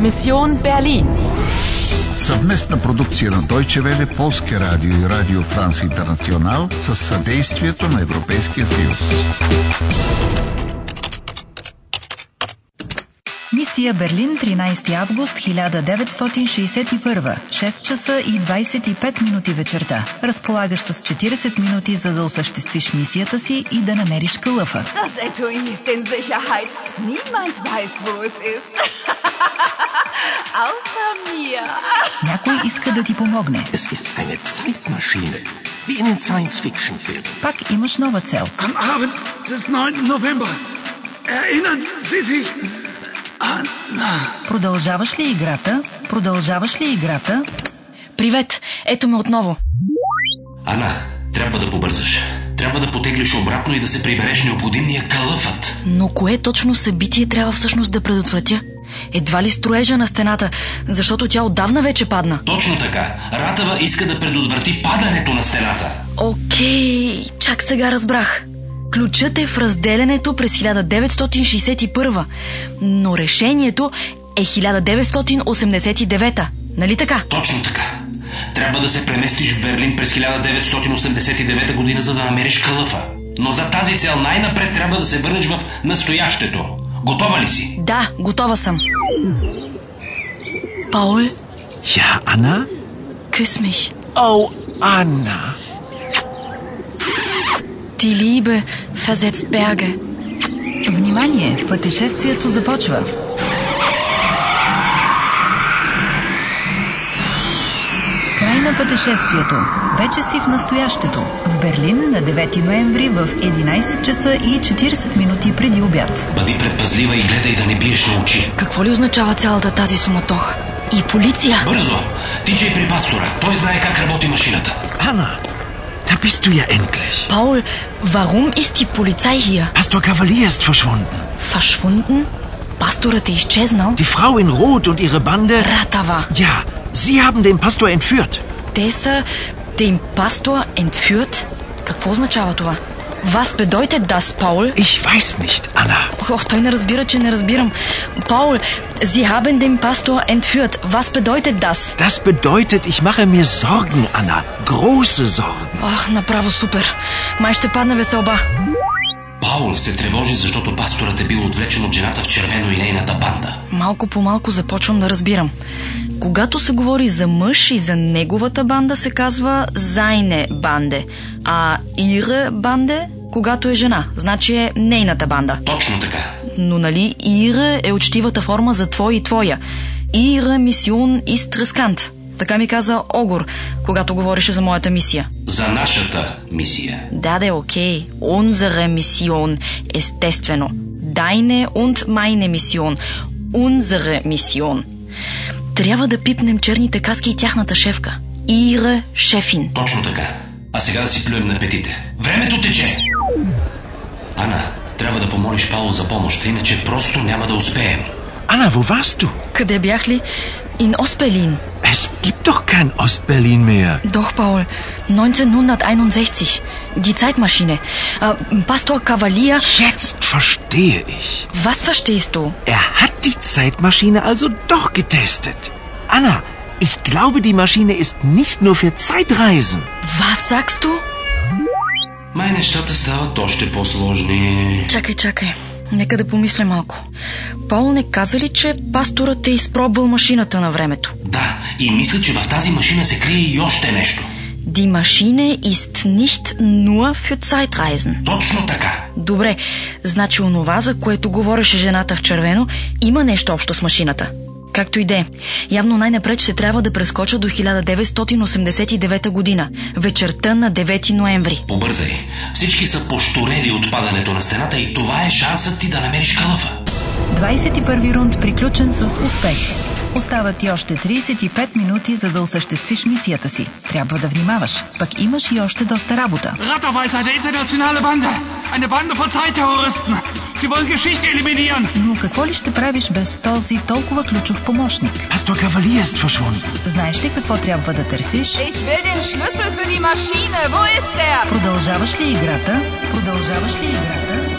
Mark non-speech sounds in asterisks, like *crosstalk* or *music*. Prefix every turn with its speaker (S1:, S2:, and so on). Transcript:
S1: Mission Berlin.
S2: Съвместна продукция на Deutsche Welle, Полския радио и Радио Франс Интернационал с съдействието на Европейския съюз.
S3: Мисия Берлин, 13 август 1961, 6 часа и 25 минути вечерта. Разполагаш с 40 минути, за да осъществиш мисията си и да намериш кълъфа.
S4: Das Etui ist in Sicherheit. Niemand weiß, wo es ist. *laughs* Außer mir.
S3: Някой иска да ти помогне.
S5: Es ist eine Zeitmaschine, wie in den Science-Fiction-Filmen.
S3: Пак имаш нова цел.
S6: Am Abend des 9. November. Erinnern Sie sich an...
S3: Продължаваш ли играта? Продължаваш ли играта?
S7: Привет! Ето ме отново.
S5: Ана, трябва да побързаш. Трябва да потеглиш обратно и да се прибереш необходимния калъфът.
S7: Но кое точно събитие трябва всъщност да предотвратя? Едва ли строежа на стената, защото тя отдавна вече падна.
S5: Точно така. Ратава иска да предотврати падането на стената.
S7: Окей, чак сега разбрах. Ключът е в разделянето през 1961, но решението е 1989. Нали така?
S5: Точно така. Трябва да се преместиш в Берлин през 1989 година, за да намериш калъфа. Но за тази цел най-напред трябва да се върнеш в настоящето. Готова ли си?
S7: Да, готова съм. Пауль,
S8: Ja, Anna?
S7: küss mich.
S8: Oh, Anna.
S7: Die Liebe versetzt Berge.
S3: Внимание! Пътешествието започва. Край на пътешествието. Вече си в настоящето. В Берлин на 9 ноември в 11 часа и 40 минути преди обяд.
S5: Бъди предпазлива и гледай да не биеш на очи.
S7: Какво ли означава цялата тази суматоха? И полиция!
S5: Бързо! Тичай при пастора. Той знае как работи машината.
S8: Anna, da bist du ja endlich.
S7: Paul, warum ist die Polizei hier?
S8: Pastor Cavalier ist verschwunden.
S7: Verschwunden? Пасторът е изчезнал?
S8: Die Frau in Rot und ihre Bande.
S7: Ратава!
S8: Ja, sie haben den Pastor entführt.
S7: Те са den Pastor entführt? Какво означава това? Was bedeutet das, Paul?
S8: Ich weiß nicht, Anna.
S7: Ох, той не разбира, че не разбирам. Paul, Sie haben den Pastor entführt. Was bedeutet das?
S8: Das bedeutet, ich mache mir Sorgen, Anna. Große Sorgen.
S7: Ах, направо супер. Май ще падна веселба.
S5: Паул се тревожи, защото пасторът е бил отвлечен от жената в червено и нейната банда.
S7: Малко по малко започвам да разбирам. Когато се говори за мъж и за неговата банда, се казва зайне банде, а ире банде, когато е жена, значи е нейната банда.
S5: Точно така.
S7: Но нали ире е учтивата форма за твой и твоя. Ире мисион изтрескант. Така ми каза Огор, когато говореше за моята мисия.
S5: За нашата мисия.
S7: Да, да, окей. Unsere Mission, естествено. Deine und meine Mission. Unsere Mission. Трябва да пипнем черните каски и тяхната шефка. Ihre Chefin.
S5: Точно така. А сега да си плюем на петите. Времето тече! Ана, трябва да помолиш Паул за помощ, иначе просто няма да успеем.
S8: Anna, wo warst du?
S7: Къде бях ли? In Ostberlin.
S8: Es gibt doch kein Ostberlin mehr.
S7: Doch, Paul. 1961. Die Zeitmaschine. Äh, Pastor Cavalier.
S8: Jetzt verstehe ich.
S7: Was verstehst du?
S8: Er hat die Zeitmaschine also doch getestet. Anna, ich glaube, die Maschine ist nicht nur für Zeitreisen.
S7: Was sagst du?
S5: Май нещата стават още по-сложни.
S7: Чакай, чакай. Нека да помисля малко. Пол не каза ли, че пасторът е изпробвал машината на времето?
S5: Да, и мисля, че в тази машина се крие и още нещо.
S7: Die Maschine ist nicht nur für Zeitreisen.
S5: Точно така.
S7: Добре, значи онова, за което говореше жената в червено, има нещо общо с машината. Както и да е. Явно най-напред ще трябва да прескоча до 1989 година, вечерта на 9 ноември.
S5: Побързай. Всички са пошторели от падането на стената и това е шансът ти да намериш калъфа.
S3: 21 рунд приключен с успех. Остават ти още 35 минути, за да осъществиш мисията си. Трябва да внимаваш, пък имаш и още доста работа.
S6: Ratter ist eine internationale Bande. Eine Bande von Zeitterroristen. Sie wollen Geschichte eliminieren.
S3: Но какво ли ще правиш без този толкова ключов помощник?
S8: Pastor Cavalier ist verschwunden.
S3: Знаеш ли какво трябва да търсиш?
S4: Ich will den Schlüssel für die Maschine. Wo ist er?
S3: Продължаваш ли играта? Продължаваш ли играта?